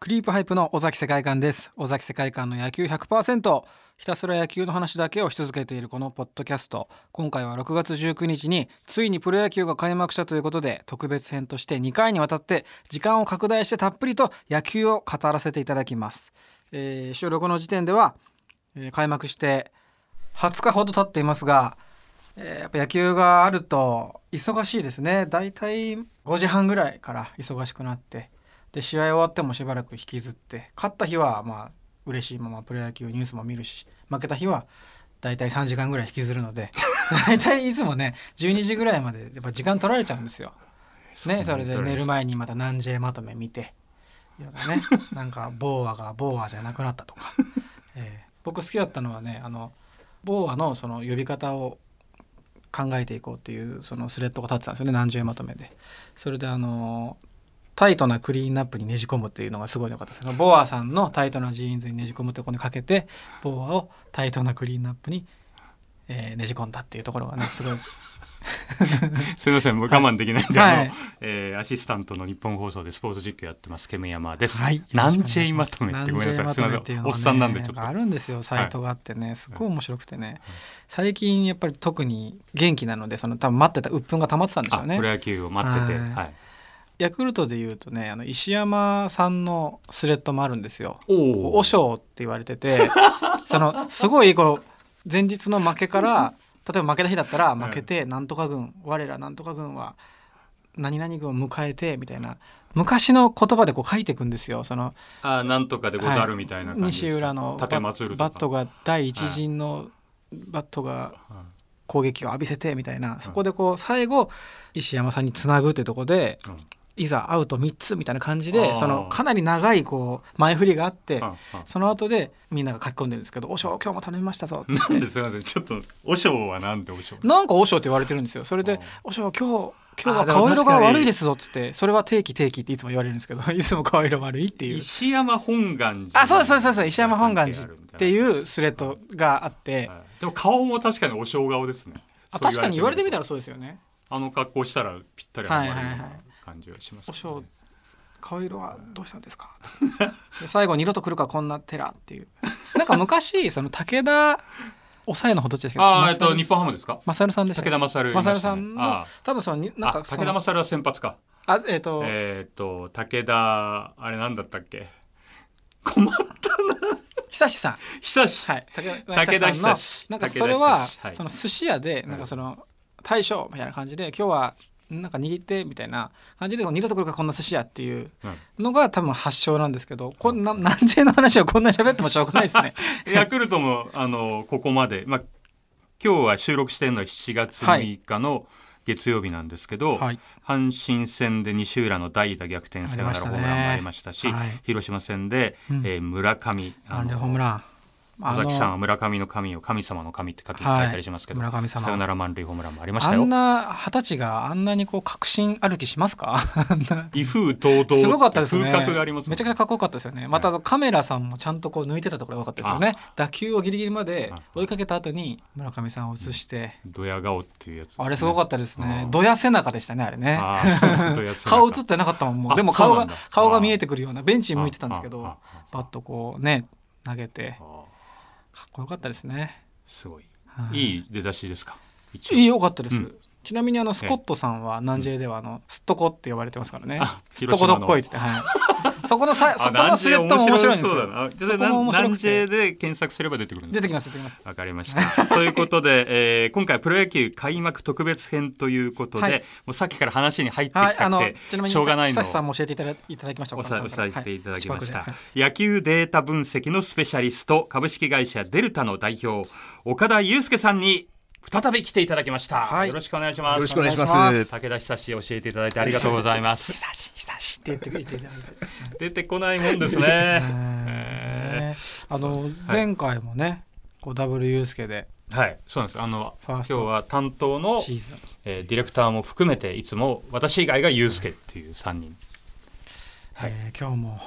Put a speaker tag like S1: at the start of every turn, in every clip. S1: クリープハイプの尾崎世界観です尾崎世界観の野球100%ひたすら野球の話だけをし続けているこのポッドキャスト今回は6月19日についにプロ野球が開幕したということで特別編として2回にわたって時間を拡大してたっぷりと野球を語らせていただきます、えー収録の時点では、えー開幕して20日ほど経っていますが、えーやっぱ野球があると忙しいですねだいたい5時半ぐらいから忙しくなってで試合終わってもしばらく引きずって勝った日はまあ嬉しいままプロ野球ニュースも見るし負けた日はだいたい3時間ぐらい引きずるので だいたいいつもね12時ぐらいまでやっぱ時間取られちゃうんですよ。ね、それで寝る前にまた何 J まとめ見ていろいろ ねなんかボーアがボーアじゃなくなったとか、えー僕好きだったのはねあのボーアのその呼び方を考えていこうっていうそのスレッドが立ってたんですよね何 J まとめで。それであのータイトなクリーンアップにねじ込むっていうのがすごい良かったですそのボーアさんのタイトなジーンズにねじ込むとこにかけてボーアをタイトなクリーンアップに、えーねじ込んだっていうところが ねすごい
S2: すみません、もう我慢できないんで、
S1: はい
S2: あ
S1: はい
S2: の、えーアシスタントの日本放送でスポーツ実況やってます、ケムヤマです。
S1: はい
S2: なんちゃいまとめって、ごめんなさい、すみません、おっさんなんで、ちょっと。
S1: あるんですよサイトがあってね、すごい面白くてね、最近やっぱり特に元気なのでその多分待ってた鬱憤が溜まってたんでしょう
S2: あ、プロ
S1: ね
S2: 野球を待ってて、
S1: はい
S2: はい。
S1: ヤクルトでいうとねあの石山さんのスレッドもあるんですよ
S2: お
S1: お和尚って言われてて そのすごいこの前日の負けから例えば負けた日だったら負けてなんとか軍、我らなんとか軍は何々軍を迎えてみたいな昔の言葉でこう書いていくんですよその
S2: あ、なんとかでござるみたいな感じですか。
S1: 西浦のバ
S2: 立松浦とか
S1: バットが第一陣のバットが
S2: はい
S1: 攻撃を浴びせてみたいなそこでこう最後石山さんにつなぐってとこで
S2: うん
S1: いざアウト3つみたいな感じ
S2: あ
S1: で
S2: ー
S1: そのかなり長いこう前振りがあって
S2: うんうん
S1: その後でみんなが書き込んでるんですけど「おしょう今日も頼みました ぞ」って
S2: なん
S1: 言っ
S2: ですみません、ちょっと、おしょうはなんでおしょう
S1: て。なんか「おしょう」って言われてるんですよそれ
S2: あ
S1: で
S2: ー
S1: 「おしょう今日今日
S2: あ
S1: は
S2: ーでも
S1: 顔色が
S2: 確かに
S1: 悪いですぞ」っつってそれは定期定期っていつも言われるんですけ どいつも顔色悪いっていう。
S2: 石山本願寺。。
S1: あそうですそうですそうです石山本願寺っていううスレッドがあって、
S2: はいでも顔も確かにお正顔ですね。
S1: あ確かに言われてみた
S2: ら。
S1: らそうですよね
S2: あの格好したらぴったりはまるよう
S1: はいはいはい
S2: な感じがしますね。
S1: お正顔色はどうしたんですかで最後二度と来るかこんな寺って いうなんか昔その武田抑えのほどっちですけど
S2: あーえっと
S1: 正
S2: 日本ハムですか
S1: マサルさんでしたっけ
S2: 武田勝いましたね
S1: マサルさんの
S2: ああ
S1: 多分そのになん
S2: あ
S1: か
S2: 武
S1: そ
S2: 田
S1: の
S2: 勝は先発か
S1: あえっ、と、
S2: えっ、と武田あれなんだったっけ困った
S1: 久志さん
S2: 久し、
S1: はい武
S2: 武田久
S1: の
S2: 志
S1: なんかそれは
S2: 武田久志はい
S1: その寿司屋でなんかその大将みたいな感じで今日はなんか握ってみたいな感じで二度と来るかこんな寿司屋っていうのが多分発祥なんですけどこんな何千の話をこんなに喋ってもしょうがないですね
S2: うんヤクルトもあのここまでまあ今日は収録してるのは7月6日の月曜日なんですけど、
S1: はい
S2: 阪神戦で西浦の代打逆転サヨナラホームランもありましたし、
S1: ありましたねはい
S2: 広島戦で、
S1: うん
S2: えー村上
S1: な
S2: あ
S1: んで
S2: の
S1: ホームランあ
S2: 尾
S1: の
S2: 崎さんは村上の神を神様の神って書き書い
S1: はい
S2: たりしますけど、
S1: 村上様
S2: サヨナラ満塁ホームランもありまし
S1: あ
S2: たよ
S1: ん。な二十歳があんなにこう確信歩きしますかあんな
S2: 威風堂々
S1: すごかったですね
S2: 風格がありますもん
S1: めちゃくちゃかっこよかったですよねまたあのカメラさんもちゃんとこう抜いてたところがよかったですよね打球をギリギリまで追いかけた後に村上さんを映して
S2: ドヤ顔っていうやつ、
S1: あれすごかったですね
S2: うん
S1: ドヤ背中でしたねあれね
S2: あー本当安ら か
S1: 顔映ってなかったもんもう
S2: あ
S1: でも顔
S2: そう
S1: が
S2: なんだ
S1: 顔が見えてくるようなベンチに向いてたんですけ
S2: あ
S1: ど
S2: ああ
S1: バッとこうね投げて
S2: あー
S1: かっこよかったですね
S2: すごい。
S1: はい
S2: いい出だしですか。一応
S1: いいよかったです、
S2: うん
S1: ちなみにあのスコットさんは南 J ではあのすっとこって呼ばれてますからね
S2: あ
S1: すっとこどっこいっつって、はい、そこのさそこのスレッドも面白いんです
S2: そうだ
S1: よ
S2: な。あじゃあ
S1: そこも面白
S2: 南
S1: くて
S2: J で検索すれば出てくるんです
S1: 出てき
S2: か
S1: ます出てきます
S2: わかりました。ということで、えー今回プロ野球開幕特別編ということで、
S1: はい
S2: もうさっきから話に入ってき
S1: はいあ
S2: た
S1: の
S2: く
S1: ち
S2: て、
S1: なみに
S2: しょうがない
S1: 久
S2: のを
S1: 志さんも教えていただいただきました
S2: おさ
S1: 岡田
S2: お
S1: さ
S2: さ
S1: ん
S2: え
S1: から
S2: ていただきました、
S1: はい宿泊
S2: 野球データ分析のスペシャリスト株式会社デルタの代表岡田祐介さんに再び来ていただきました、
S3: はい
S2: よろしくお願いします
S3: よろしくお願いしま。
S1: お願いします
S2: 武田久志教えていただいてありがとうござい
S1: で
S2: ます
S1: 久し久しって言ってくれていただいて
S2: 出てこないもんですね、 え
S1: あの前回もねこうダブルユースケで
S2: ーはいそうなんですあの
S1: ファ
S2: 今
S1: ース
S2: 日
S1: ト
S2: は担当の、
S1: シーズン
S2: えーディレクターも含めていつも私以外が祐介っていう3人はい
S1: えー今日も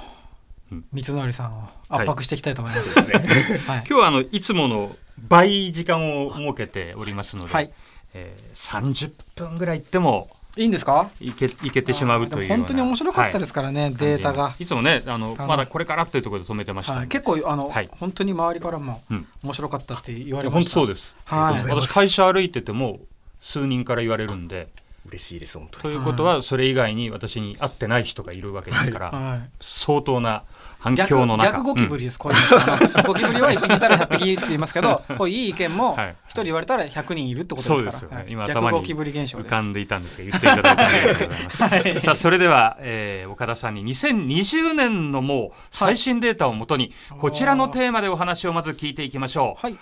S2: うん
S1: 三成さんを圧迫していきたいと思います、
S2: ですね
S1: はい
S2: 今日はあのいつもの倍時間を設けておりますので、
S1: はい
S2: えー、30分ぐらい行っても
S1: いいんですか
S2: いけいけてしまうとい
S1: で
S2: う、
S1: も本当に面白かったですすからね、
S2: はい
S1: データが。
S2: いつもねあの
S1: あの
S2: まだこれからというところで止めてましたんで、
S1: はい、結構あの、
S2: はい
S1: 本当に周りからも
S2: うん
S1: 面白かったって言わ
S2: い
S1: れ
S2: や
S1: ま
S2: 本
S1: し
S2: 当
S1: た。
S2: そうです、
S1: はい
S2: 本当に私会社歩いてても数人から言われるんで
S3: 嬉しいです本当
S2: と
S3: に
S2: いうことはそれ以外に私に会ってない人がいるわけですから、
S1: はい。
S2: 相当な反
S1: 逆
S2: 響の中
S1: 逆ゴキブリです、こういうのゴキブリは1匹いたら100匹って言い ますけどこういい意見も
S2: はい
S1: 1人言われたら100人いるってこ
S2: そ
S1: とで
S2: うですす
S1: か
S2: よ
S1: ら、
S2: ね、
S1: はい
S2: 今
S1: 逆
S2: 頭
S1: ゴ
S2: に
S1: キブリ現象
S2: 浮
S1: です
S2: かんでいたんですが言っていただいてありがとうご ざいますさあそれでは、えー岡田さんに2020年のもう最新データをもとに、こちらのテーマでお話をまず聞いていきましょう、
S1: はい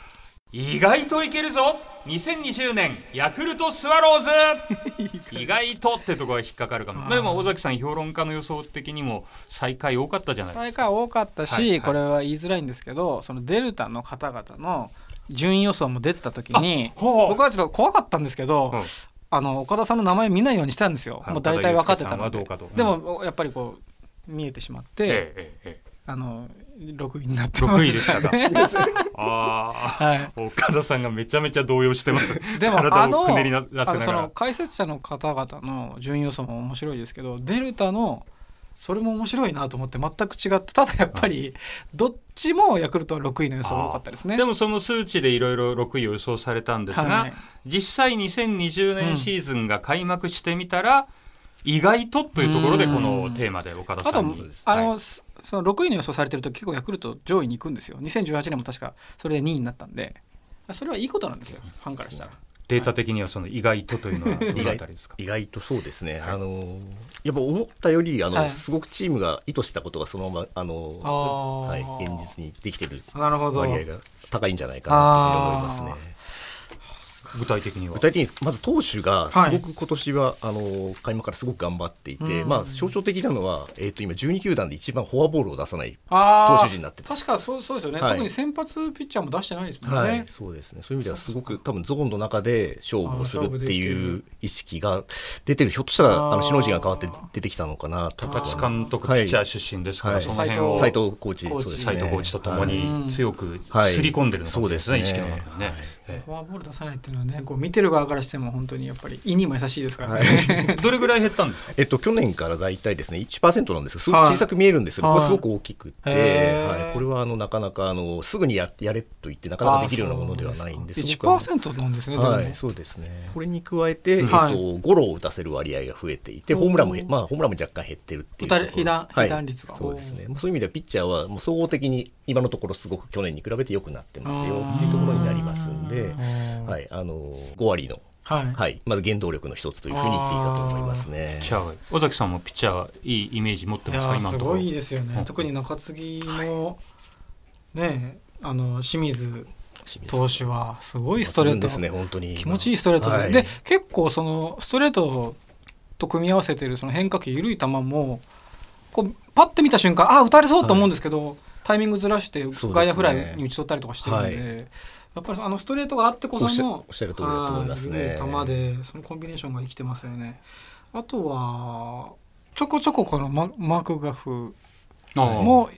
S2: 意外といけるぞ2020年ヤクルトスワローズ 意外とってとこが引っかかるかもでも尾崎さん評論家の予想的にも最下位多かったじゃないで
S1: 最
S2: す
S1: 下
S2: か
S1: 位多かったし、
S2: はいはい
S1: これは言いづらいんですけどそのデルタの方々の順位予想も出てた時に
S2: あほう
S1: 僕はちょっと怖かったんですけど、
S2: うん
S1: あの岡田さんの名前見ないようにしたんですよ、
S2: はい
S1: もう大体分かってたの
S2: 岡田
S1: で
S2: 祐介さんはどうかと
S1: でもやっぱりこう見えてしまって、
S2: ええええええ
S1: あの6位になってま
S2: 6位で
S1: し
S2: したた
S1: ね
S2: かああ
S1: はい
S2: 岡田さんがめちゃめちゃ動揺してます
S1: でも
S2: 体
S1: あ
S2: を
S1: の
S2: くねりな出せな
S1: あの
S2: が
S1: そ
S2: ら
S1: の解説者の方々の順位予想も面白いですけどデルタのそれも面白いなと思って全く違ってただやっぱりどっちもヤクルトは6位の予想が多かったですね。
S2: でもその数値でいろいろ6位を予想されたんですが、
S1: はい
S2: 実際2020年シーズンが開幕してみたら、意外とというところでこのテーマで岡田
S1: あ
S2: さ
S1: と
S2: んに
S1: あの、
S2: はい
S1: そその6位の予想されてると結構ヤクルト上位に行くんですよ2018年も確かそれで2位になったんでそれはいいことなんですよファンからしたら。
S2: データ的にはその意外とというのはどのあたりですか
S3: 意外とそうですね、あのやっぱ思ったよりあの、
S1: はい
S3: すごくチームが意図したことがそのままあの
S1: あー
S3: はい、現実にできてる
S1: なるほ
S3: 割合が高いんじゃないかなというふうに思いますね。
S2: 具体的には
S3: 具。体的にまず投手が
S1: はい
S3: すごく今年は、あの開幕からすごく頑張っていて、
S1: うん
S3: まあ、象徴的なのは、えー、と今12球団で一番フォアボールを出さない、
S1: 投
S3: 投手陣になってます
S1: 確かそうそうですよね、
S3: はい
S1: 特に先発ピッチャーも出してないですもんね。
S3: はい、そうですねそういう意味ではすごく多分ゾーンの中で勝負をするっていう意識が出てるひょっとしたら
S1: あー
S3: あの首脳陣が変わって出てきたのかなと
S2: 田達監督、ピッチャー出身ですから、
S3: はい
S2: その辺を
S3: 斉
S1: 斉
S3: 藤コーチ
S1: コーチ
S3: そうですね
S2: 斉藤コーチととも
S1: はい
S2: に強く
S3: はい
S2: すり込んでるのかもしれないですね、
S3: そう
S2: 意
S3: です
S2: 識
S3: ね
S2: の中にね。
S3: はい
S2: ええ
S1: フォアボール出さないっていうのはねこう見てる側からしても本当にやっぱり胃にも優しいです からね、
S2: どれぐらい減ったんですか
S3: えっと、去年から大体ですね1%なんですけどすごく小さく見えるんですけど、
S1: はい
S3: これすごく大きくて、
S1: へ
S3: は
S1: ー
S3: い、これはあのなかなかあのすぐにややれと言ってなかなかできるようなものではないんです
S1: あ
S3: す
S1: ー
S3: ごくあの
S1: そうなんですね1%なんですね、でも
S3: は
S1: ね
S3: い、そうですね。これに加えて、
S1: はい
S3: えっと、ゴロを打たせる割合が増えていて、
S1: おー
S3: ホームランも、まあ、ホームランも若干減ってるっていうところ。
S1: 打たれ被弾
S3: はい
S1: 被弾率が
S3: そうですね。まあそういう意味では、ピッチャーは、もう総合的に、今のところすごく去年に比べて良くなってますよっていうところになりますんで。
S1: は、
S3: はいい、あの、五割の、
S1: はい
S3: はい、まず原動力の一つというふうに言っていいかと思いますね
S2: ピッ。チャーは尾崎さんもピッチャーいいイメージ持って
S1: い
S2: ま
S1: や
S2: すか
S1: ー
S2: 今
S1: す
S2: のとこ
S1: ご
S2: ろ
S1: いですよね、
S2: うん
S1: 特に中継ぎの、ねあの清水投手はすごいストレート、
S3: ですね、本当に。
S1: 気持ちいいストレートで,、
S3: はい
S1: で結構そのストレートと組み合わせてるその変化球緩い球もこうパッて見た瞬間ああ打たれそうと思うんですけど、タイミングずらして
S3: すね
S1: 外野フライに打ち取ったりとかしてるんで
S3: は
S1: やっぱりあのストレートがあってこそ
S3: おっしゃ
S1: の
S3: おっしゃる通りだと思います
S1: は
S3: ね
S1: い緩い球でそのコンビネーションが生きてますよね。あとはちょこちょここのママクガフ
S2: ああ
S1: も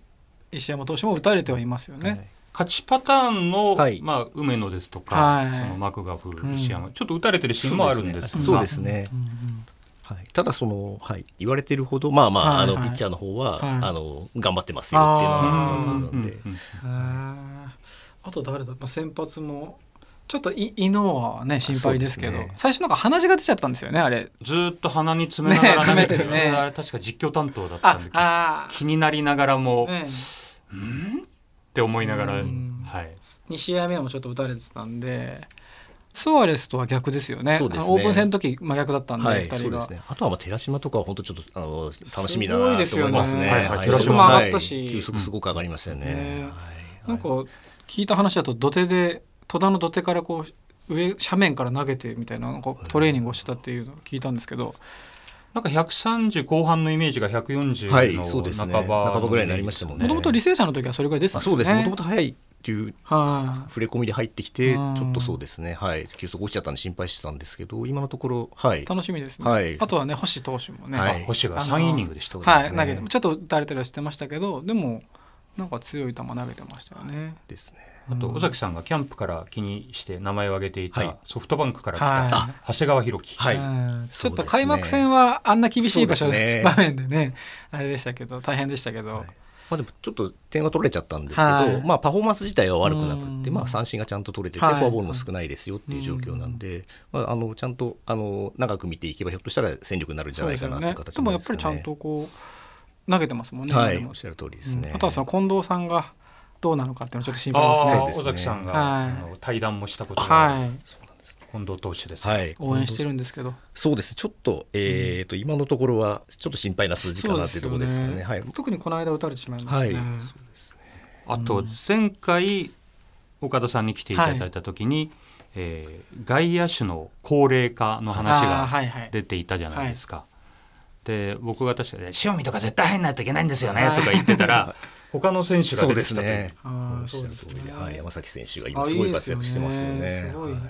S1: 石山投手も打たれてはいますよね。
S3: はい
S2: 勝ちパターンの、
S3: はい
S2: まあ、梅野ですとか、
S1: はい
S2: そのマクガフ、
S1: ん
S2: 石山、ちょっと打たれてるシーンもあるんですが
S3: そうですね。
S1: うんうん
S3: はい、ただその、はい、言われてるほど、まあまあ、
S1: はい
S3: あ
S1: は
S3: の
S1: い
S3: ピッチャーの方は、
S1: はい
S3: あの頑張ってますよっていうの
S2: うん
S3: が分
S2: う
S3: かるので、
S2: んうん
S1: へーあと誰だ、まあ、先発もちょっとい伊野はね心配ですけど
S3: そうですね
S1: 最初なんか鼻血が出ちゃったんですよねあれ
S2: ずーっと鼻に詰めながら、
S1: ね詰めてるね
S2: あれ確か実況担当だった
S1: あ
S2: んで気
S1: あ
S2: 気になりながらも、っ
S1: ね、
S2: て思いながら、
S1: うん
S2: はい、
S1: 2試合目もちょっと打たれてたんでスアレスとは逆ですよね
S3: そうですね
S1: あのオープン戦の時真逆だったんで、
S3: は
S1: 二
S3: い、そ
S1: 人
S3: うで
S1: が
S3: すね。あとはまあ寺島とかは本当ちょっとあの楽しみだ
S1: すごい
S3: な
S1: です
S3: と
S1: よ
S3: 思
S1: ね
S3: いますね。
S2: はいはい
S3: はい
S2: 寺島
S1: も上がったし
S3: はい球速すごく上がりましたよね。
S1: ね
S3: はい
S1: なんか聞いた話だと土手で戸田の土手からこう上斜面から投げてみたいななんかトレーニングをしたっていうのを聞いたんですけど、
S2: なんか130後半のイメージが140
S3: はい、
S2: の
S3: そうです
S2: 半
S3: ね。
S2: ば,、
S3: 半ばぐらいになりましたもんね。
S1: もともと履正社の時はそれぐらいです
S3: あ
S1: よね
S3: そうですね。もともと早いっていう
S1: はい
S3: 触れ込みで入ってきて、ち
S1: うん
S3: ょっとそうですね。はい、球速落ちちゃったんで心配してたんですけど、今のところはい。
S1: 楽しみですね、
S3: はい
S1: あとはね星投手もね、
S3: はい
S2: あ星が
S1: あの
S2: 3イニングでした
S3: そうです
S1: は
S3: ね
S1: い、投げてちょっと打たれたりはしてましたけどでもなんか強い球投げてましたよね。
S3: ですね。
S2: あと尾崎さんがキャンプから気にして名前を挙げてい
S3: はい
S2: たソフトバンクから来
S1: はい
S2: た長谷川博己、
S3: はい。
S1: うんち
S3: そ
S1: ょ
S3: う
S1: っと
S3: ですね
S1: 開幕戦はあんな厳しい場所
S3: そう
S1: で、
S3: ですね
S1: 場面でね、あれでしたけど、大変でしたけど、
S3: はいまあ、でもちょっと点は取られちゃったんですけど、
S1: はい
S3: まあ、パフォーマンス自体は悪くなくって、
S1: うん
S3: まあ、三振がちゃんと取れてて、
S1: はい
S3: フォアボールも少ないですよっていう状況なんで、まあ、あのちゃんとあの長く見ていけばひょっとしたら戦力になるんじゃ
S1: そう
S3: な
S1: で
S3: い
S1: すよ
S3: かなって
S1: ね。
S3: 形
S1: で
S3: に
S1: も
S3: なり
S1: や
S3: ま
S1: っ
S3: す
S1: ぱ
S3: か
S1: りちゃん
S3: ね。
S1: とこう投げてますもんね。
S3: は
S1: 今
S3: い、
S1: で
S3: お
S1: も
S3: っしゃる通りですね。
S1: うんあとはその近藤さんがどうなのかっていうのはちょっと心
S2: あ
S1: 配です
S2: あ
S1: ね。
S3: そうです
S2: 尾
S3: ね
S2: 崎さんが、
S1: はい
S2: あの対談もしたことがある
S1: はい。
S3: そうなんです
S2: 近藤投手です、
S3: はい、
S1: 応援してるんですけど。
S3: そうですちょっと,、えー、と今のところはちょっと心配な数字かなっていうところですか
S1: そう
S3: ね。
S1: よ
S3: はい、
S1: 特にこの間打たれてしまいましたね。
S3: はい
S2: あと前回岡田さんに来ていただいた時に、えー外野手の高齢化の話
S1: あー
S2: が
S1: はいはい
S2: 出ていたじゃないですか。で僕が確かに「塩見とか絶対入んないといけないんですよね」とか言ってたら 他の選手が
S3: そう
S2: 出て
S3: で
S2: き
S3: す
S2: たという
S3: ね。
S1: あ
S3: お
S1: あ
S3: っし
S1: そ
S3: ゃ
S1: う
S3: る
S1: です
S3: 通りで
S1: ね。
S3: はい、山崎選手が
S1: あ
S3: 今
S1: いい
S3: すごい活躍してます
S1: ですよ
S3: よ
S1: ね
S3: ね。
S1: すごい
S3: はい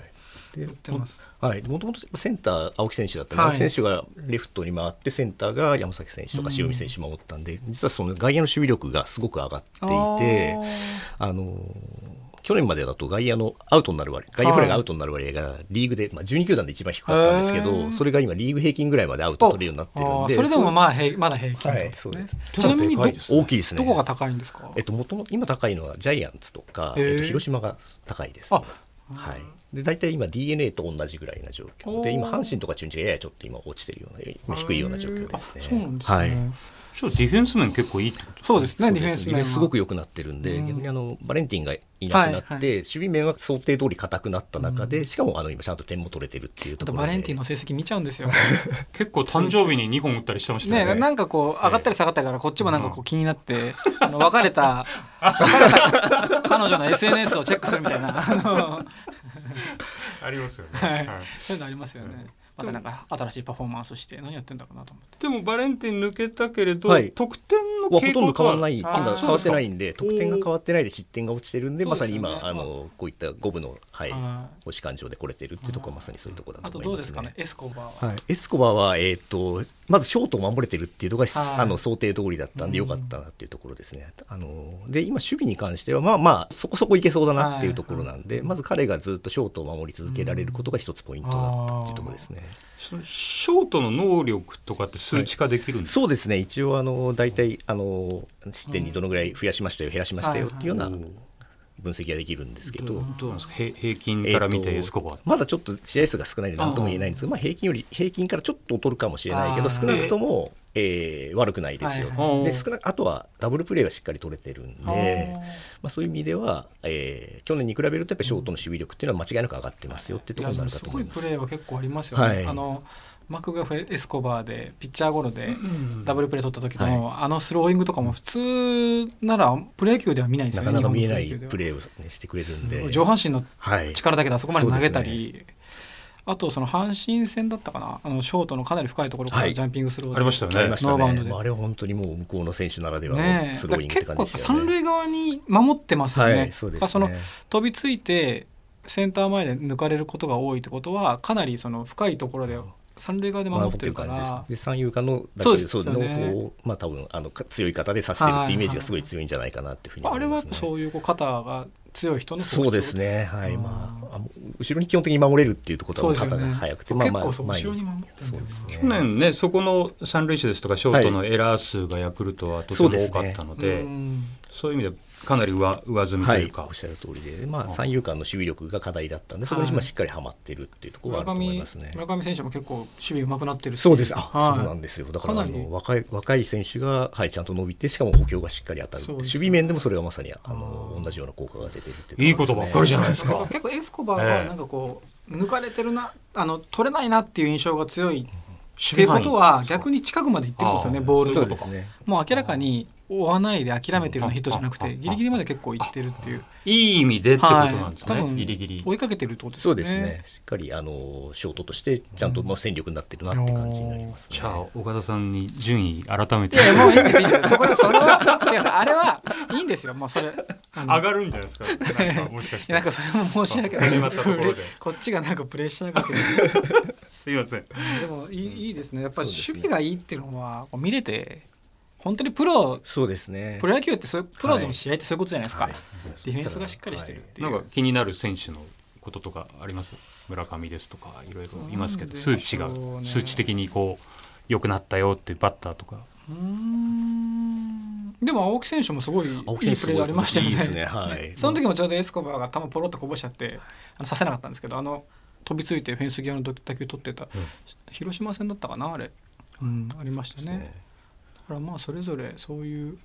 S3: で
S1: てます
S3: はい、もともとセンター青木選手だったんで、
S1: はい
S3: 青木選手がレフトに回ってセンターが山崎選手とか塩見選手守ったんで、実はその外野の守備力がすごく上がっていてあのー去年までだと外野のアウトになる割外野フライがアウトになる割合がリーグで、まあ、12球団で一番低かったんですけ
S1: へー
S3: どそれが今リーグ平均ぐらいまでアウト取れるようになってる
S1: あ
S3: ん
S1: ー
S3: で
S1: それでもまあ平まだ平均
S3: はいそうです
S1: ちなみにど
S2: でかいですね
S3: 大きいですね
S1: どこが高いんですか。
S3: えっと、元々今高いのはジャイアンツとか、
S1: へー
S3: えっと、広島が高いです、
S1: あ
S3: はい、で大体今 d n a と同じぐらいな状況
S1: おー
S3: で今阪神とか中日がややちょっと今落ちてるような今低いような状況ですね。
S1: あそうなんですね。
S3: はい
S2: ちょっとディフェンス面結構いいってこと
S1: そうですね。
S3: そう
S1: ディフェン
S3: です
S1: ス
S3: ね
S1: 面は
S3: すごく良くなってるんで、
S1: うん
S3: 逆にあのバレンティンがいなくなって、
S1: はいはい
S3: 守備面は想定通り硬くなった中で、しかもあの今ちゃんと点も取れてるっていう
S1: あ
S3: と
S1: と
S3: ころで
S1: バレンティンの成績見ちゃうん ですよ。
S2: 結構誕生日に2本打ったりしてました
S1: ね
S2: よね
S1: なんかこう上がったり下がったりからこっちもなんかこう気になって、あの別れた別れた 彼女の SNS をチェックするみたいなあの
S2: ありますよね、
S1: はい
S2: はい
S1: そういうのありますよね。またなんか新しいパフォーマンスして何やってんだろうなと思って。
S2: でもバレンティン抜けたけれど、
S3: はい
S2: 得点の
S3: はほ
S2: 傾
S3: とん
S2: 向
S3: ど
S2: と
S3: 変わら
S2: は
S3: ない、
S1: あー
S3: 今変わってないんで、得点が変わってないで失点が落ちてるんで、
S1: おー
S3: まさに今、
S1: そうですよ
S3: あ
S1: ね
S3: のこういった五分の、はい
S1: あ、
S3: 推し感情で来れてるってとこはまさにそういうところだ
S1: あと
S3: と思い
S1: どう
S3: ま
S1: ですすかね
S3: ね。
S1: エスコバーは。
S3: はい、エスコバは、えー、とまずショートを守れてるっていうのが、
S1: はい
S3: あの想定通りだったんでよかったなっていうところですね。あので今、守備に関してはまあまあそこそこいけそうだなっていうところなんで、まず彼がずっとショートを守り続けられることが一つポイントだったっていうところですね。
S2: そのショートの能力とかって数値化できるんですか、
S3: そうですね一応あの大体あの失点にどのぐらい増やしましたよ減らしましたよっていうような分析ができるんですけど。
S2: どうなんですかへ平均から見てエスコバーって、
S3: えーとまだちょっと試合数が少ないので何とも言えないんですが、まあ、平均より平均からちょっと劣るかもしれないけ
S1: あ
S3: ど
S1: ー
S3: 少なくとも、えー悪くないですよ、
S1: はい
S2: はい
S3: で少なあとはダブルプレーはしっかり取れてるんで
S1: あー
S3: まあ、そういう意味では、えー去年に比べるとやっぱりショートの守備力っていうのは間違いなく上がってますよっていうところになるかと思います。
S1: やでもすごいプレーは結構ありますよね。
S3: はい
S1: あのマクガフエスコバーでピッチャーゴロでダブルプレー取った時の、あのスローイングとかも普通ならプロ野球では見ないです
S3: な
S1: よ
S3: か
S1: ね。
S3: なか見えない
S1: 日本のプ
S3: プ
S1: ロ野球で
S3: レーを、ね、してくれるん
S1: は
S3: で、
S1: 上半身の
S3: はい、
S1: 力だけであそこまで投げたり、あとその阪神戦だったかなあのショートのかなり深いところから
S3: はい
S1: ジャンピングスローで、
S2: ありましたよ
S3: あ
S2: ね
S3: りました
S1: ノーバウンド
S3: ね、
S1: で
S3: まあ、あれは本当にもう向こうの選手ならでは
S1: ね
S3: の
S1: え、
S3: スローインって
S1: 結
S3: 感
S1: 構
S3: じでしたよ
S1: 三
S3: ね。
S1: 塁側に守ってますよね。
S3: はいそうです
S1: だ
S3: ね
S1: からの飛びついてセンター前で抜かれることが多いってことはかなりその深いところで三塁側で守ってるから、
S3: まあ僕という感じです。で三遊間の
S1: そうです
S3: そう
S1: そうですよね
S3: のこうまあ多分あのか強い方で指してるってイメージがすごい強いんじゃないかなっていうふうに
S1: あ
S3: 思
S1: れ
S3: い
S1: は
S3: ま
S1: やっ
S3: すね。
S1: ぱそういうこう肩が強い人の特徴
S3: そうです。ね。はい、
S1: うん
S3: まああの後ろに基本的に守れるっていうところ
S1: そう
S3: は
S1: ですよね
S3: 肩が速くて、まあ
S1: 結
S3: まあ
S1: 構そう
S3: 前
S1: 後ろに守ってるんだ
S3: そう
S1: よな
S3: ですね。
S2: 去年ねそこの三塁手ですとかショートのエラー数がヤクルトはとても多かったので,、そう
S1: うん
S2: いう意味でかなり上上積みと
S3: は
S2: いう
S3: い、
S2: か、
S3: おっしゃる通りで、まあ三遊間の守備力が課題だったんで、そこに
S1: は
S3: 今
S1: い
S3: しっかりはまってるっていうところはあ
S1: 村
S3: ると思い
S1: 上
S3: ますね。
S1: 村上選手も結構守備上手くなってるし
S3: そうです。あ、
S1: はい
S3: そうなんですよ。だから
S1: か
S3: あ
S1: なり
S3: の若い若い選手がはいちゃんと伸びて、しかも補強がしっかり当たる。
S1: そうですね
S3: 守備面でもそれはまさにあの同じような効果が出てるって
S2: いい
S3: こ
S2: こと
S3: と
S2: ば
S3: です
S2: っ
S3: ね
S2: かりじゃないです
S1: だから
S2: か。
S1: 結構エスコバーはなんかこう、抜かれてるなあの取れないなっていう印象が強いっていうことは逆に近くまで行ってるんですよね
S2: あー
S1: ボール
S3: そ
S1: が
S3: うですね。
S1: もう明らかに追わないで諦めてるようなヒットじゃなく
S2: うん
S1: てギリギリまで結構行ってるっていう
S2: いい意味でってことなんですね、
S1: はい多分
S2: ギリギリ
S1: 追いかけてるってことです
S3: そ
S1: よ
S3: う
S1: ね
S3: ですね。しっかりあのショートとしてちゃんとまあ戦力になってるなって感じになりますね
S2: じ。ゃあ岡田さんに順位改めて
S1: いやもういいんですいいんですそこはそれは違うあれはいいんですよもうそれあの
S2: 上がるんじゃないですかなんかもしかし
S1: い
S2: て
S1: やなんかそれも申し訳な
S2: 始ま
S1: い
S2: ったところで
S1: こっちがなんかプレッシャーかけて
S2: すいません
S1: でもいいいいですねやっぱり
S3: そうですね
S1: 守備がいいっていうのはこう見れて本当にプロ
S3: そうですね
S1: プロ野球ってそういうプロとの試合ってそういうことじゃないですか、
S3: はい
S1: ディフェンスがしっかりしてるっ
S3: はい
S1: ていう、
S2: なんか気になる選手のこととかあります村上ですとかいろいろいますけど数値が
S1: そうなんでしょうね
S2: 数値的にこう良くなったよっていうバッターとか
S1: うーんでも青木選手もすごいいい
S3: 青
S1: プ
S3: 木
S1: レ
S3: 選手すごい
S1: ーありましたよね
S3: いいですねはい
S1: その時もちょうどエスコバーが球ポロッとこぼしちゃってあの刺せなかったんですけどあの飛びついてフェンス際の打球取ってた、広島戦だったかなあれ、うん、ありましたね。だからまあそれぞれそういう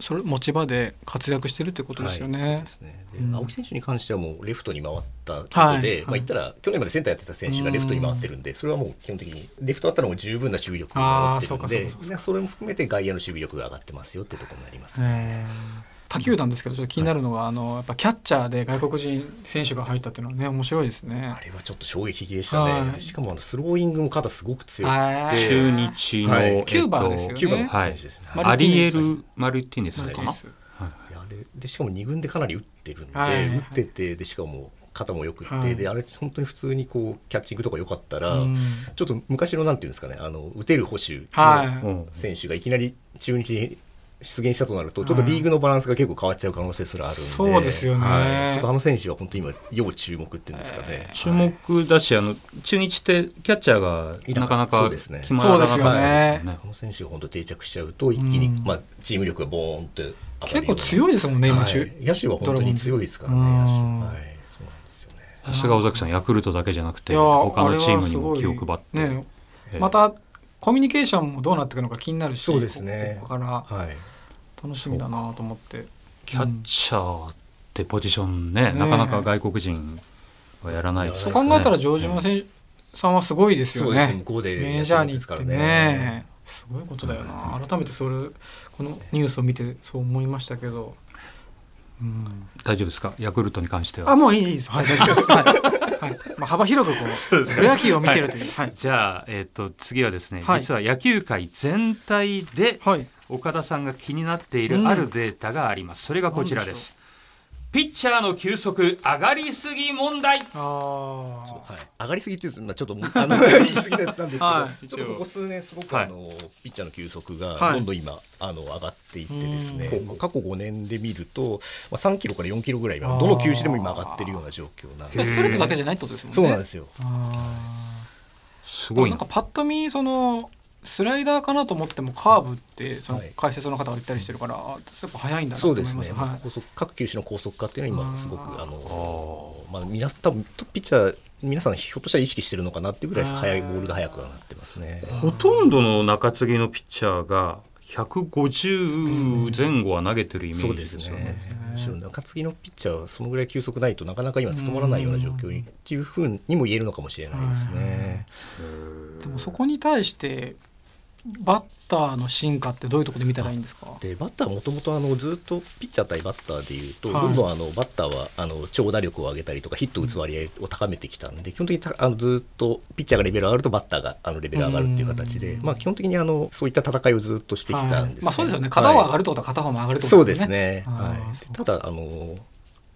S1: それ持ち場で活躍してるってことですよね。
S3: はい、そうですねで
S1: うん
S3: 青木選手に関してはもうレフトに回ったことで、
S1: はい
S3: まあ、言ったら去年までセンターやってた選手がレフトに回ってるんで、それはもう基本的にレフトだったらもう十分な守備力が持ってる
S1: あーそ
S3: ん
S1: うか
S3: で
S1: そうかそうか
S3: でそれも含めて外野の守備力が上がってますよってところになります、
S1: えー他球団ですけどちょっと気になるのが、あのやっぱキャッチャーで外国人選手が入ったっていうのはね面白いですね
S3: あ。れはちょっと衝撃的でしたね、
S1: はい
S3: でしかもあのスローイングも肩すごく強く
S1: あー
S3: て
S2: 中日の、
S3: はい
S2: えっと
S1: キューバですよね
S3: キューバの
S2: はい
S3: 選手ですね、
S1: マ
S2: ア
S1: ルティ
S2: リエ
S1: ネス
S2: ル・マルティネス
S1: マルテ
S2: か
S1: ィネ
S2: な
S1: ス
S3: であれでしかも2軍でかなり打ってるんで、
S1: はい
S3: 打っててでしかも肩もよくって、
S1: はい
S3: であれ本当に普通にこうキャッチングとか良かったら、
S1: うん
S3: ちょっと昔のなんていうんですかねあの打てる捕手
S1: はい
S2: うん
S3: の選手がいきなり中日に出現したとなると、ちょっとリーグのバランスが結構変わっちゃう可能性すらあるんで
S1: そうですよね
S3: はいちょっとあの選手は本当に今要注目っていうんですかね、
S2: 注目だしあの中日ってキャッチャーがなかな
S3: そ
S2: か
S3: うですね
S2: 決まらなかったんですよ
S1: そうですよね
S2: ね
S3: この選手が本当定着しちゃうと一気に、
S1: うん
S3: まあ、チーム力がボーンって
S1: 結構
S3: い
S1: 強いですもんね今中、
S3: はい、野手は本当に強いですからね
S1: ドラゴン
S3: 野
S1: ズ
S3: 手
S1: うん
S3: はいそうなんですよね
S2: さすが尾崎さんヤクルトだけじゃなくて
S1: いや
S2: 他
S1: あ
S2: の
S1: れは
S2: チームに
S1: す
S2: も
S1: ごい
S2: 気を配って、
S1: ね
S2: ええ
S1: またコミュニケーションもどうなっていくのか気になるし
S3: そうですね
S1: ここから
S3: はい
S1: 楽しみだなと思って
S2: キャッチャーってポジション
S1: ね
S2: ね、なかなか外国人はやらないで
S1: そ
S2: すね。
S1: う考えたら城島選手さんはすごいです
S3: そ
S1: よ
S3: うですね
S1: ね
S3: 向こうで
S1: メ
S3: や
S1: ジャー
S3: っ
S1: に
S3: てま
S1: 行
S3: す
S1: っ
S3: から
S1: てねすごいことだよな改めてそれこのニュースを見てそう思いましたけど、うん、
S2: 大丈夫ですかヤクルトに関して
S1: あ
S2: は。
S1: もういいいいですはい、はいはいまあ、幅広くこうプロ野球を見てるというはい、
S2: じゃあ、えっと次はですね、
S1: はい
S2: 実は野球界全体で
S1: はい、
S2: 岡田さんが気になっている
S1: うん
S2: あるデータがあります、それがこちらですピッチャーの球速上がりすぎ問題
S1: ああ
S3: はい、上がりすぎっていうとまあちょっとも うあの言い過ぎなんですけど、
S1: はい
S3: ちょっとここ数年すごく
S2: はい
S3: あの、ピッチャーの球速
S1: は
S3: が
S1: い
S3: どんどん今、あの上がっていってですね
S1: うん
S3: まあ過去5年で見ると、まあ、3キロから4キロぐらい今どの球種でも今上がってるような状況なん
S1: それ
S3: で
S1: スト
S3: す
S1: レートだけじゃないってことですもんね
S3: そうなんですすよ
S1: あー
S2: すご
S1: な
S2: いなん
S1: かパッと見そのスライダーかなと思ってもカーブってその
S3: はい
S1: 解説の方が言ったりしてるから、あやっぱ速いんだなと
S3: そう
S1: 思い
S3: で
S1: ます
S3: すね、まあ
S1: はい
S3: 高速各球種の高速化っていうのは今すごく
S1: あー
S3: あのまあ皆さん多分ピッチャー皆さんひょっとしたら意識してるのかなっていうぐらい速いボールが速くはなってますね。
S2: ほとんどの中継ぎのピッチャーが150前後は投げてるイメ
S3: そ
S2: ージ
S3: う
S2: で
S3: です
S2: すよ
S3: ね
S2: ね。
S3: むしろ中継ぎのピッチャーはそのぐらい球速ないとなかなか今務まらないような状況にっていうふうにも言えるのかもしれないですね。
S1: でもそこに対してバッターの進化ってどういうところで見たらいいんですか
S3: でバッターはもともとあのずっとピッチャー対バッターでいうと、
S1: はい
S3: どんどんあのバッターはあの長打力を上げたりとかヒットを打つ割合を高めてきたんで基本的にたあのずっとピッチャーがレベル上がるとバッターがあのレベル上がるっていう形で、
S1: うん
S3: まあ、基本的にあのそういった戦いをずっとしてきたんですね、
S1: はいまあそうですよね片方上
S3: はい
S1: がるってことは片方も上がるってこ
S3: そ
S1: と
S3: うですね。
S1: あー
S3: はい
S1: そう
S3: で、ただあの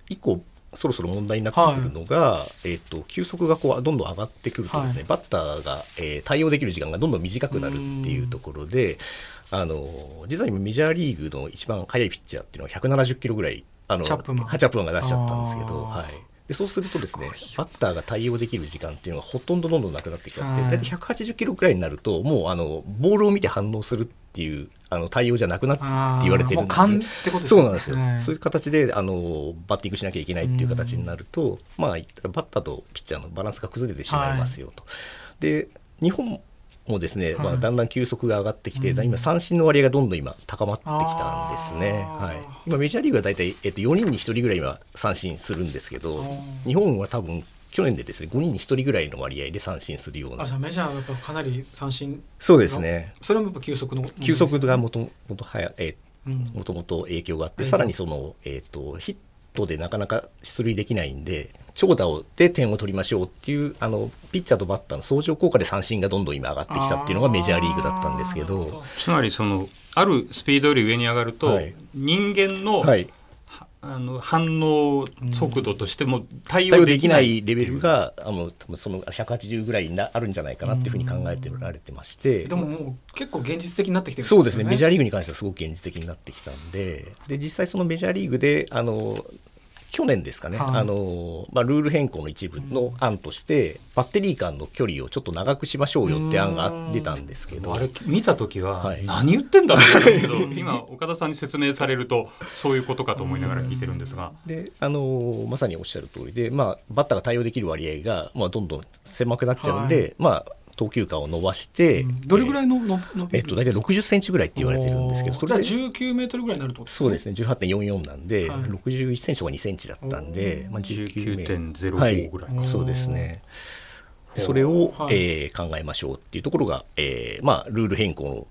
S3: 一個そろそろ問題になってくるのが、えっ、と球速がこうどんどん上がってくるとですね、
S1: は
S3: バッターが、えー対応できる時間がどんどん短くなるっていうところで、あの実は今メジャーリーグの一番速いピッチャーっていうのは170キロぐらいあの
S1: チャップマン
S3: ハチャップマンが出しちゃったんですけ
S1: あー
S3: ど、はい。でそうするとですねバッターが対応できる時間っていうのがほとんどどんどんなくなってきちゃって、
S1: はい
S3: 大体180キロくらいになるともうあのボールを見て反応するっていうあの対応じゃなくなって
S1: あー
S3: 言われてる
S1: も
S3: ん
S1: う
S3: ですね
S1: 勘ってことです
S3: そ
S1: ね
S3: うなんですよ、
S1: はい
S3: そういう形であのバッティングしなきゃいけないっていう形になると、まあ言ったらバッターとピッチャーのバランスが崩れてしまいますよと。で日本もですね、ま
S1: は
S3: あ、
S1: い
S3: だんだん球速が上がってきて、
S1: うん
S3: 今三振の割合がどんどん今高まってきたんですね、
S1: あー
S3: はい、今メジャーリーグは大体、えっと、4人に1人ぐらい今三振するんですけ
S1: あ
S3: ど
S1: ー
S3: 日本は多分去年でですね5人に1人ぐらいの割合で三振するよう
S1: あ
S3: な
S1: じゃあメジャーはやっぱかなり三振
S3: そうですね
S1: それもやっぱ急速の
S3: 球速がもともと早え
S1: うん
S3: もともと影響があって、
S1: うん
S3: さらにその、えー、とヒットでなかなか出塁できないんで長打をで点を取りましょうっていうあのピッチャーとバッターの相乗効果で三振がどんどん今上がってきたっていうのがメジャーリーグだったんですけ
S1: あーなるほ
S3: ど。
S2: つまりそのあるスピードより上に上がると、
S3: はい
S2: 人間の
S3: はい、
S2: あの反応速度としても対
S3: 対
S2: 応
S3: 応
S2: で
S3: で
S2: き
S3: き
S2: な
S3: ないいレベルがあの多分その180ぐらいになあるんじゃないかなっていうふうに考えておられてまして
S1: でももう結構現実的になってきてるん
S3: そうですねメジャ
S1: ー
S3: ーリーグに関してはすごく現実的になってきたんでで実際そのメジャーリーグであの去年ですかね、
S1: はい
S3: あのまあ、ルール変更の一部の案として、バッテリー間の距離をちょっと長くしましょうよって案が出たんですけど
S2: あれ見た時は、
S3: はい
S2: 何言ってんだって思 ったけど今岡田さんに説明されるとそういうことかと思いながら聞いてるんですが
S3: であのーまさにおっしゃる通りで、まあ、バッターが対応できる割合が、まあ、どんどん狭くなっちゃうんで、
S1: は
S3: まあ、投球間を伸ばして、
S1: どれぐらい
S3: の、
S1: のの伸び
S3: えっと、大体60センチぐらいって言われてるんですけ
S1: お
S3: ど
S1: ー
S3: そ
S1: じゃあ
S3: れで
S1: 19メートルぐらいになるってこと
S3: そうですすね18.44なんで、
S1: はい
S3: 61センチとか2センチだったんで、まあ、
S2: 19.05
S3: はい
S2: ぐらいか
S3: そうですね。
S2: おー
S3: それを、
S1: はい
S3: えー考えましょうっていうところが、えーまあ、ルール変更の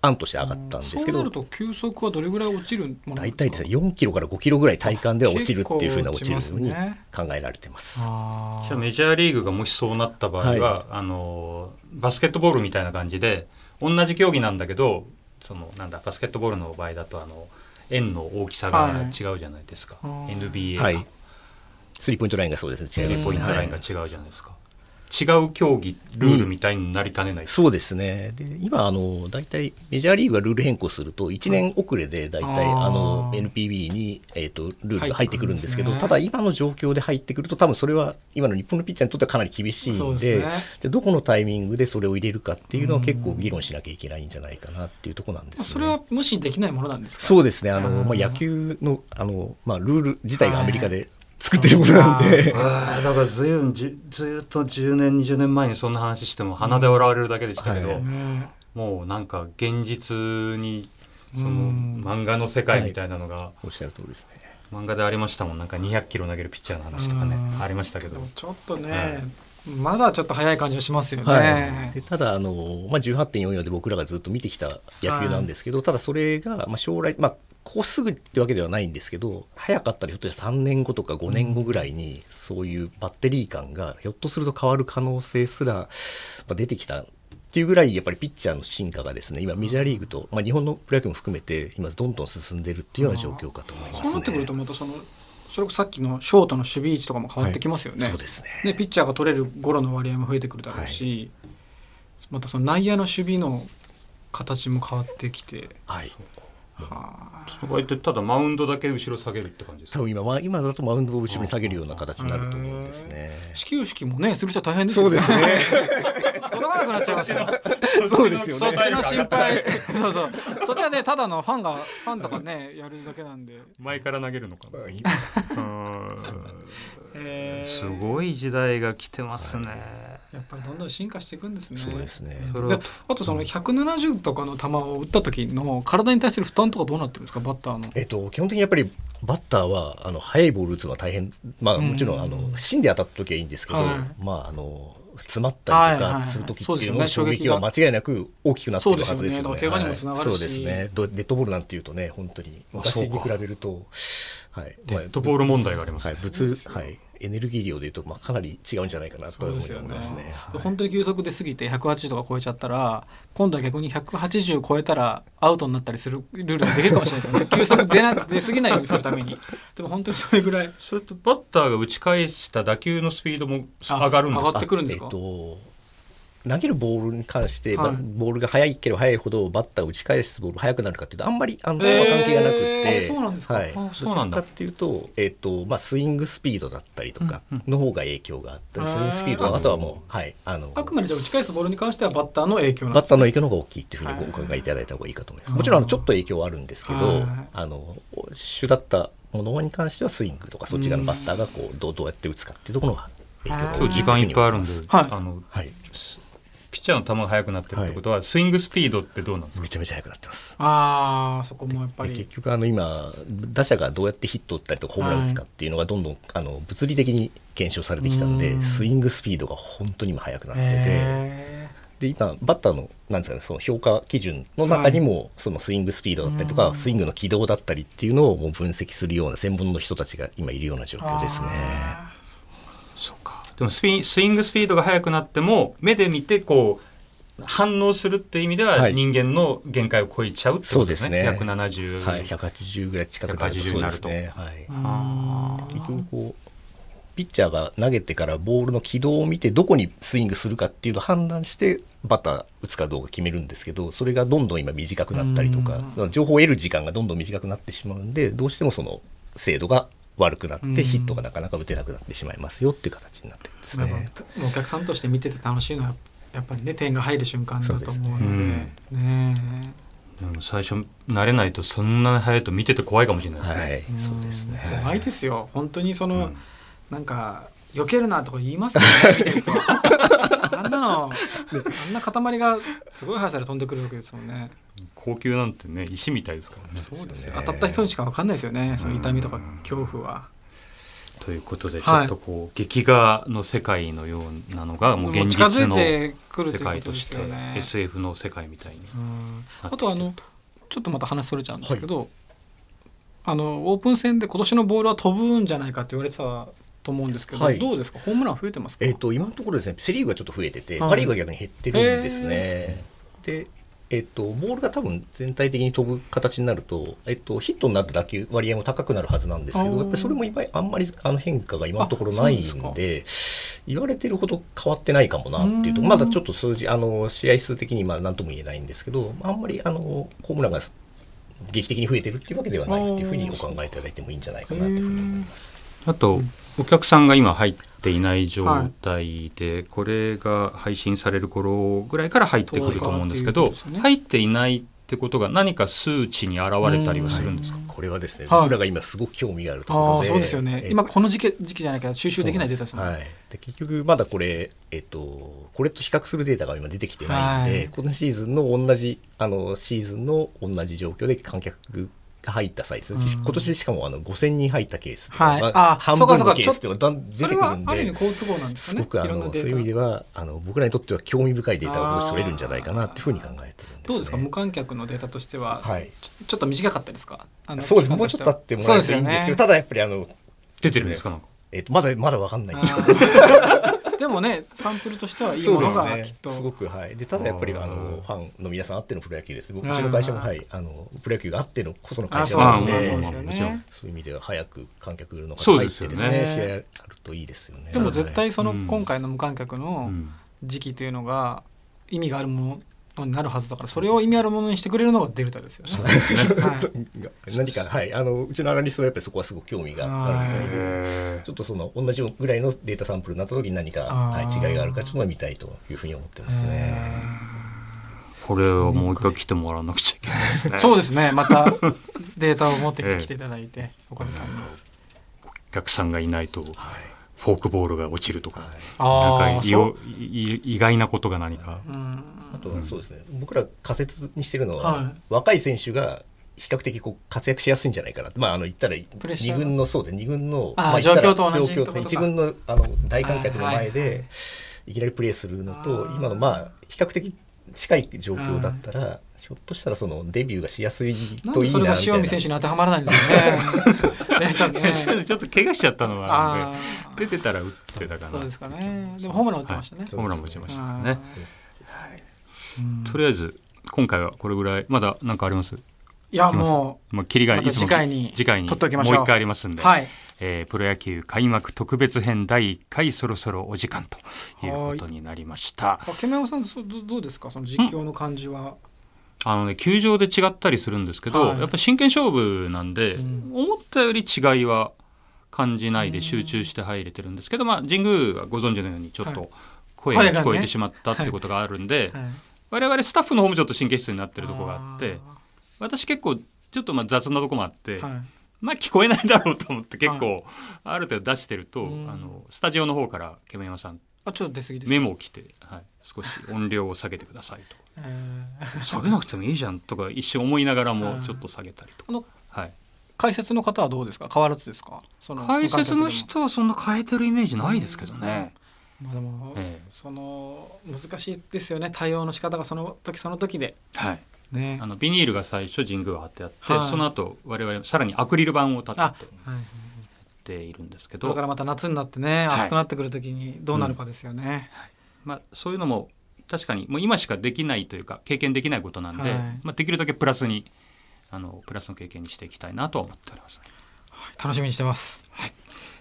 S3: 案として上がったんですけ
S1: そう
S3: ど
S1: なると球速はどれぐらい落ちるものなん
S3: 大
S1: ですか
S3: 体ですね4キロから5キロぐらい体感では落ちるっていうふうな落
S1: 結
S3: ち
S1: 構
S3: る
S1: 落ち
S3: ように
S1: ますね
S3: 考えられてます。
S1: あー
S2: じゃあメジャーリーグがもしそうなった場合は、
S3: はい
S2: あのバスケットボールみたいな感じで同じ競技なんだけどそのなんだバスケットボールの場合だとあの円の大きさ
S1: は
S2: が
S1: い
S2: 違うじゃないですか、
S1: うん
S2: NBA が、
S3: はい。スリーポイントラインがそうですね。
S2: ス
S3: 違
S2: リ
S3: いま
S2: ー
S3: す
S2: ポイントラインが
S3: は
S2: 違
S3: いう
S2: じゃないですか、違う競技ルールみたいになりかねない、
S3: そうですね。で、今、あの、大体、メジャーリーグがルール変更すると、1年遅れで、大体、
S1: あー
S3: あの、NPB に、えっ、と、ルールが入ってくるんですけど、
S1: 入って
S3: た
S1: く
S3: だ、今の状況で入ってくると、多分それは、今の日本のピッチャーにとってはかなり厳しい
S1: そうんで
S3: で、
S1: すね
S3: でどこのタイミングでそれを入れるかっていうのは、結構議論しなきゃいけないんじゃないかなっていうところなんです、ね。
S1: それは無視できないものなんですか
S3: そうですね、あの
S1: うん
S3: まあ、野球のあの、まあ、ルール自体がアメリカで作ってるものなんで、
S2: あーだからずいぶんじずっと10年20年前にそんな話しても鼻で笑われるだけでしたけど、
S3: はい
S1: ね
S2: もうなんか現実にその
S1: うん
S2: 漫画の世界みたいなのが、
S3: おっしゃる通りですね。
S2: 漫画でありましたもんなんか200キロ投げるピッチャーの話とかね
S1: うん
S2: ありましたけど
S1: でもちょっとね、まだちょっと早い感じがしますよね、
S3: はい、でただあの、まあ、18.44で僕らがずっと見てきた野球なんですけど、ただそれが、まあ、将来、まあ、ここすぐってわけではないんですけど早かったりひょっとしたら3年後とか5年後ぐらいに、そういうバッテリー感がひょっとすると変わる可能性すら、まあ、出てきたっていうぐらいやっぱりピッチャーの進化がですね今メジャーリーグと、まあ、日本のプロ野球も含めて今どんどん進んでるっていうような状況かと思いますね。
S1: そうなってくるとまたそのそれこそさっきのショートの守備位置とかも変わってきますよね。
S3: そうですね
S1: ねピッチャーが取れるゴロの割合も増えてくるだろうし、またその内野の守備の形も変わってきて、
S3: はい
S1: はあ
S2: そこはただマウンドだけ後ろ下げるって感じですか
S3: 多分今は今だとマウンドを後ろに下げるような形になると思うんですね。
S1: 始球式もねする人は大変ですよね。
S3: ね。
S1: 取らなくなっちゃいますよ。
S3: そうですよね
S1: そっちの心配、 そうそう。そっちはねただのファンがファンとかねやるだけなんで。
S2: 前から投げるのかなう
S1: え
S2: ん
S1: ー
S2: すごい時代が来てますね、
S1: やっぱりどんどん進化していくんですね。
S3: そうですね。
S2: それ
S1: で
S2: は
S1: あとその170とかの球を打った時の体に対する負担とかどうなってるんですかバッターの。
S3: えっと、基本的にやっぱりバッターはあの速いボール打つのは大変、まあ、
S1: うん
S3: もちろんあの芯で当たった時はいいんですけど、
S1: はい
S3: まあ、あの詰まったりと
S1: はいはいは
S3: か
S1: い
S3: する時って
S1: そうです
S3: い
S1: よ
S3: う
S1: ね
S3: のの衝撃は間違いなく大きくなってるはずですよ
S1: そうで
S3: ね。
S1: すよね怪我にもつながるし
S3: はいそうですねドデッドボールなんていうとね本当に
S2: あそう
S3: 昔
S2: か
S3: に比べると、はい
S2: デッドボール問題があります
S3: は
S2: ね、
S3: い、物はい、エネルギー量でいうと、まあ、かなり違うんじゃないかなと思いますね。はい
S1: 本当に急速で過ぎて180とか超えちゃったら今度は逆に180超えたらアウトになったりするルールができるかもしれないですよね 急速出な出過ぎないようにするためにでも本当にそれぐらい
S2: それとバッターが打ち返した打球のスピードも上がるんです
S1: あ上
S2: か
S1: がってくるんですか
S3: あえっと投げるボールに関して、
S1: はい
S3: まボールが速いければ速いほどバッターを打ち返すボールが速くなるかっていうとあんまりあのそれは関係がなくて、
S1: えーそうなんですか
S3: はい、
S1: あ
S2: そうなんだ
S3: どちらかっていうと,、えっとまあ、スイングスピードだったりとかの方が影響があったり、
S1: うん
S3: スイングスピードはあとはもう、はい、あの
S1: あくまでじゃあ打ち返すボールに関してはバッターの影響なん
S3: バ
S1: です
S3: ッ
S1: ね
S3: ターの影響の方が大きいっていうふうにお考えいただいた方がいいかと思います。もちろんあのちょっと影響はあるんですけ
S1: はい
S3: ど、あの主だったものに関してはスイングとかそっち側のバッターがこうどうどうやって打つかっていうところが影響が大きい
S2: 今日時間いっぱいあるんで、
S1: はい
S2: あの
S3: はい、
S2: ピッチャーの球が速くなってるってことは、スイングスピードってどうなんですか
S3: めちゃめちゃ速くなってます。
S1: あーそこもやっぱ
S3: で
S1: り
S3: 結局あの今打者がどうやってヒット打ったりとかホームラン打つかっていうのがどんどんあの物理的に検証されてきたん
S1: う
S3: で
S1: ん
S3: スイングスピードが本当に今速くなってて、
S1: え
S3: で今バッターのなんですかねその評価基準の中にもそのスイングスピードだったりとか、
S1: うん
S3: スイングの軌道だったりっていうのをもう分析するような専門の人たちが今いるような状況ですね。
S1: あ
S2: そうかでもスピンスイングスピードが速くなっても目で見てこう反応するっていう意味では
S3: はい
S2: 人間の限界を超えちゃうってことですね。
S3: そうですね
S2: 170、
S3: はい、180ぐらい近くなるとそうですね、はい、
S2: あー
S3: 結局こうピッチャーが投げてからボールの軌道を見てどこにスイングするかっていうのを判断してバッター打つかどうか決めるんですけどそれがどんどん今短くなったりとか情報を得る時間がどんどん短くなってしまうんでどうしてもその精度が悪くなっ
S1: うん
S3: てヒットがなかなか打てなくなってしまいますよっていう形になってるんです
S1: やっぱ
S3: ね。
S1: お客さんとして見てて楽しいのはやっぱりね点が入る瞬間だと思うので
S2: そうです
S1: ね
S2: ねでも最初慣れないとそんなに速いと見てて怖いかもしれないですね。
S3: はい
S1: え、ん
S3: そうですね。
S1: 怖いですよ本当にその、
S2: うん
S1: なんか避けるなとか言いますからね見てるとあんなのあんな塊がすごい速さで飛んでくるわけですもんね
S2: 高級なんてね石みたいですからね。
S1: そうですよ
S3: ね
S1: 当たった人にしか分かんないですよねその痛みとか恐怖は
S2: ということでちょ
S1: はい
S2: っとこう、劇画の世界のようなのがもう現
S1: 近づ
S2: 実
S1: い
S2: の
S1: てくると
S2: 世
S1: いうこ
S2: 界
S1: と
S2: と
S1: で
S2: し
S1: す
S2: て
S1: よね
S2: SF の世界みたいに。
S1: うん
S2: なってきてる
S1: あとあのちょっとまた話それちゃうんですけど、あのオープン戦で今年のボールは飛ぶんじゃないかって言われてたと思うんですけど、
S3: はい
S1: どうですかホームラン増えてますか、
S3: えっと今のところですねセ・リーグがちょっと増えてて
S1: はい
S3: パ・リーグが逆に減ってるんですね。でえっと、ボールが多分全体的に飛ぶ形になると、えっと、ヒットになる打球割合も高くなるはずなんです
S1: あ
S3: け
S1: ー
S3: どやっぱりそれも今あんまりあの変化が今のところない
S1: あそうんで
S3: で言われてるほど変わってないかもなっていうと
S1: うん
S3: まだちょっと数字あの試合数的にまあ何とも言えないんですけどあんまりあのホームランが劇的に増えてるっていうわけではないっていうふうにお考えいただいてもいいんじゃないかなというふうに思います。
S2: あと、お客さんが今入っていない状態で、これが配信される頃ぐらいから入ってくると思うんですけ
S1: そうかっていう
S2: ど
S1: ことですね
S2: 入っていないってことが何か数値に現れたりはするんですか、
S3: これはですね、
S1: はい
S3: 僕らが今すごく興味があるとこ
S1: あ
S3: ろ
S1: あ
S3: で、
S1: そうですよね、
S3: えっと
S1: 今この時期時期じゃなきゃ収集できないデータです
S3: そ
S1: も
S3: うんなん
S1: ね
S3: ですはい、で結局まだこれ、えっと、これと比較するデータが今出てきてないんで、
S1: はい
S3: このシーズンの同じあのシーズンの同じ状況で観客が入った際ですね、
S1: うん
S3: 今年しかもあの5000人入ったケースとか
S1: はい
S3: ま
S1: あ
S3: 半
S1: そうか
S3: 分
S1: そうか
S3: のケースっていうのがだん出
S1: そ
S3: て
S1: れ
S3: く
S1: は
S3: るん
S1: ある意味
S3: で。
S1: 好都合なんです
S3: す
S1: よね
S3: ごくあ
S1: いろんな
S3: の
S1: デー
S3: そ
S1: タ
S3: ういう意味ではあの僕らにとっては興味深いデータが今年取れるんじゃないかなっていうふうに考えてるんです、ね、
S1: どうですか無観客のデータとしては、
S3: はい
S1: ちょちょっと短かったですかあの
S3: そうです
S1: 期間
S3: もう
S1: と
S3: ち
S1: し
S3: ょっと
S1: は
S3: あってもらえるといいんですけど
S1: そう
S3: ただやっぱりあの、
S2: 出てるんですかなんか
S3: えっとまだまだわかんないん ですけど
S1: ですよねあー でもねサンプルとしてはいい
S3: そ
S1: も
S3: うで
S1: の
S3: す
S1: がき
S3: ね
S1: っと、
S3: すごくはいでただやっぱり
S2: あー
S3: あのファンの皆さんあってのプロ野球です僕
S1: あー
S3: うちの会社もはいあのプロ野球があってのこその
S1: あ
S3: 会社
S1: そう
S3: な
S1: なん
S3: の
S1: で
S3: です
S1: ねそ
S2: あ
S1: う
S2: ー
S1: で
S2: まあ
S1: すよ
S2: まあもちろ
S1: ね
S2: ん
S3: そういう意味では早く観客の
S2: そ
S3: 方
S2: う
S3: が
S2: で
S3: 入っ
S2: す
S3: て
S2: よ
S3: で
S2: ね
S3: すね試合あるといいですよね
S1: でも絶対その
S2: うん
S1: 今回の無観客
S2: う
S1: の
S2: ん
S1: 時期というのが意味があるものになるはずだからそれを意味あるものにしてくれるのがデルタですよね。はい
S3: はい 何かはいあのうちのアナリストはやっぱりそこはすごく興味があるみたいでちょっとその同じぐらいのデータサンプルになった時に何か
S1: あ
S3: は
S1: ー
S3: い違いがあるかちょっと見たいというふうに思ってますね
S2: これはもう一回来てもらわなくちゃいけないですね
S1: そう
S2: で
S1: ですねまたデータを持って
S2: ええ
S1: きていただいて岡部さんに。
S2: お客さんがいないと
S3: はい
S2: フォークボールが落ちるとかなん
S1: あ
S2: か
S1: あ
S2: い
S1: そう
S2: よいい意外なことが何か
S1: うん
S3: あとはそうですね、僕ら仮説にしてるのは、
S1: はい
S3: 若い選手が比較的こう活躍しやすいんじゃないかな、まあ、あの言ったら
S1: プレッシャーが
S3: 2軍のそうで2軍の
S1: あー
S3: ま言ったら
S1: 状況と同じ
S3: 状況
S1: ってことか
S3: 一軍のあの大観客の前
S1: はいはいはい
S3: でいきなりプレーするのと
S1: あー
S3: 今のまあ比較的近い状況だったらひょっとしたらそのデビューがしやすい
S1: なん
S3: と
S1: で
S3: いい
S1: そ
S3: なみ
S1: れが
S3: たい
S1: 塩見
S3: な
S1: 選手に当てはまらないんですよね。 データ
S2: ちょっ
S1: ね
S2: とちょっと怪我しちゃったのはあるん
S1: あ
S2: で
S1: あ
S2: 出てたら打ってたかな
S1: そうですかね。でもホームラン打ってましたね
S2: はい。ホームランも打ちましたから
S1: あ
S2: ね
S1: ーはいうん
S2: とりあえず今回はこれぐらいまだ何かあります
S1: いやも
S2: まあ切りがい
S1: また
S2: いつも
S1: 次回に
S2: 次回に
S1: 取っておきましょう
S2: もう一回ありますん
S1: う
S2: で、
S1: はい
S2: えープロ野球開幕特別編第1回そろそろお時間ということになりました
S1: 竹山さんそうどどうですかその実況の感じは。
S2: あのね球場で違ったりするんですけど、
S1: はい
S2: やっぱ真剣勝負なんで、
S1: うん
S2: 思ったより違いは感じないで集中して入れてるんですけど、まあ、神宮がご存知のようにちょっ
S1: はい
S2: と声が聞こ
S1: 声が
S2: え
S1: ね
S2: てしまったってことがあるんで、
S1: はい
S2: 我々スタッフの方もちょっと神経質になってるとこがあって私結構ちょっとまあ雑なとこもあって、
S1: あーはい
S2: まあ聞こえないだろうと思って結構ある程度出してると、
S1: うん
S2: あのスタジオの方からケメヤマさん
S1: あちょっと出過ぎです
S2: メモを来て、はい、少し音量を下げてくださいと
S1: えー
S2: か 下げなくてもいいじゃんとか一瞬思いながら
S1: う
S2: も
S1: ん
S2: ちょっと下げたりと
S1: こ
S2: か、
S1: の
S2: はい、
S1: 解説の方はどうですか変わらずですかその
S2: 解説の
S1: 無観客
S2: 人はそんな変えてるイメージないですけどね。
S1: でもまあでも、
S2: ええ
S1: その難しいですよね対応の仕方がその時その時で
S2: はい、
S1: ね
S2: あのビニールが最初神宮を貼ってあって、
S1: はい
S2: その後我々さらにアクリル板を立
S1: あ
S2: て
S1: はい
S2: ているんですけ
S1: これから
S2: ど、
S1: また夏になってね
S2: はい
S1: 暑くなってくる時にどうなるかですよね、
S2: まあ、そういうのも確かにもう今しかできないというか経験できないことなんで、
S1: はい
S2: まあ、できるだけプラスにあのプラスの経験にしていきたいなとは思っております、
S1: 楽しみにしてます。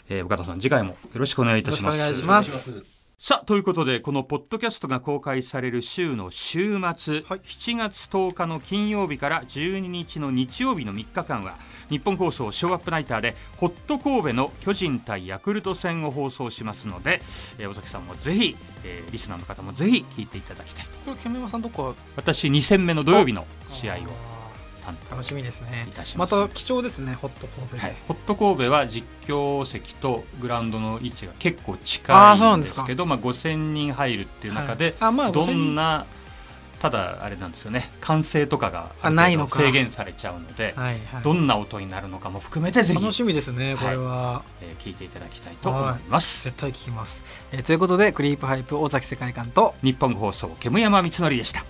S2: えー岡田さん次回もよろしくお願いいたします
S1: よろしくお願いします
S2: さあということでこのポッドキャストが公開される週の週末、7月10日の金曜日から12日の日曜日の3日間は日本放送ショーアップナイターでホット神戸の巨人対ヤクルト戦を放送しますので、えー尾崎さんもぜひ、えーリスナーの方もぜひ聞いていただきたい
S1: これ煙山さんどこか
S2: 私2戦目の土曜日の試合を担当
S1: 楽しみですね
S2: いた。しま
S1: ますた貴重ですね。ホットコープで。
S2: はい、ホット神戸は実況席とグラウンドの位置が結構
S1: あ
S2: 近
S1: ーそうないん
S2: ん
S1: で
S2: ですす
S1: か
S2: けどまあ、5000人入るっていう中で、
S1: はいあまあ
S2: どんなただあれなんですよね歓声とかが
S1: あないのか
S2: 制限されちゃうので、
S1: はいはい
S2: どんな音になるのかも含めてぜひ、
S1: 楽しみですね。これは。
S2: えー聞いていただきたいと思います。
S1: 絶対聞きます、えーということでクリープハイプ尾崎世界観と
S2: 日本放送煙山光則でした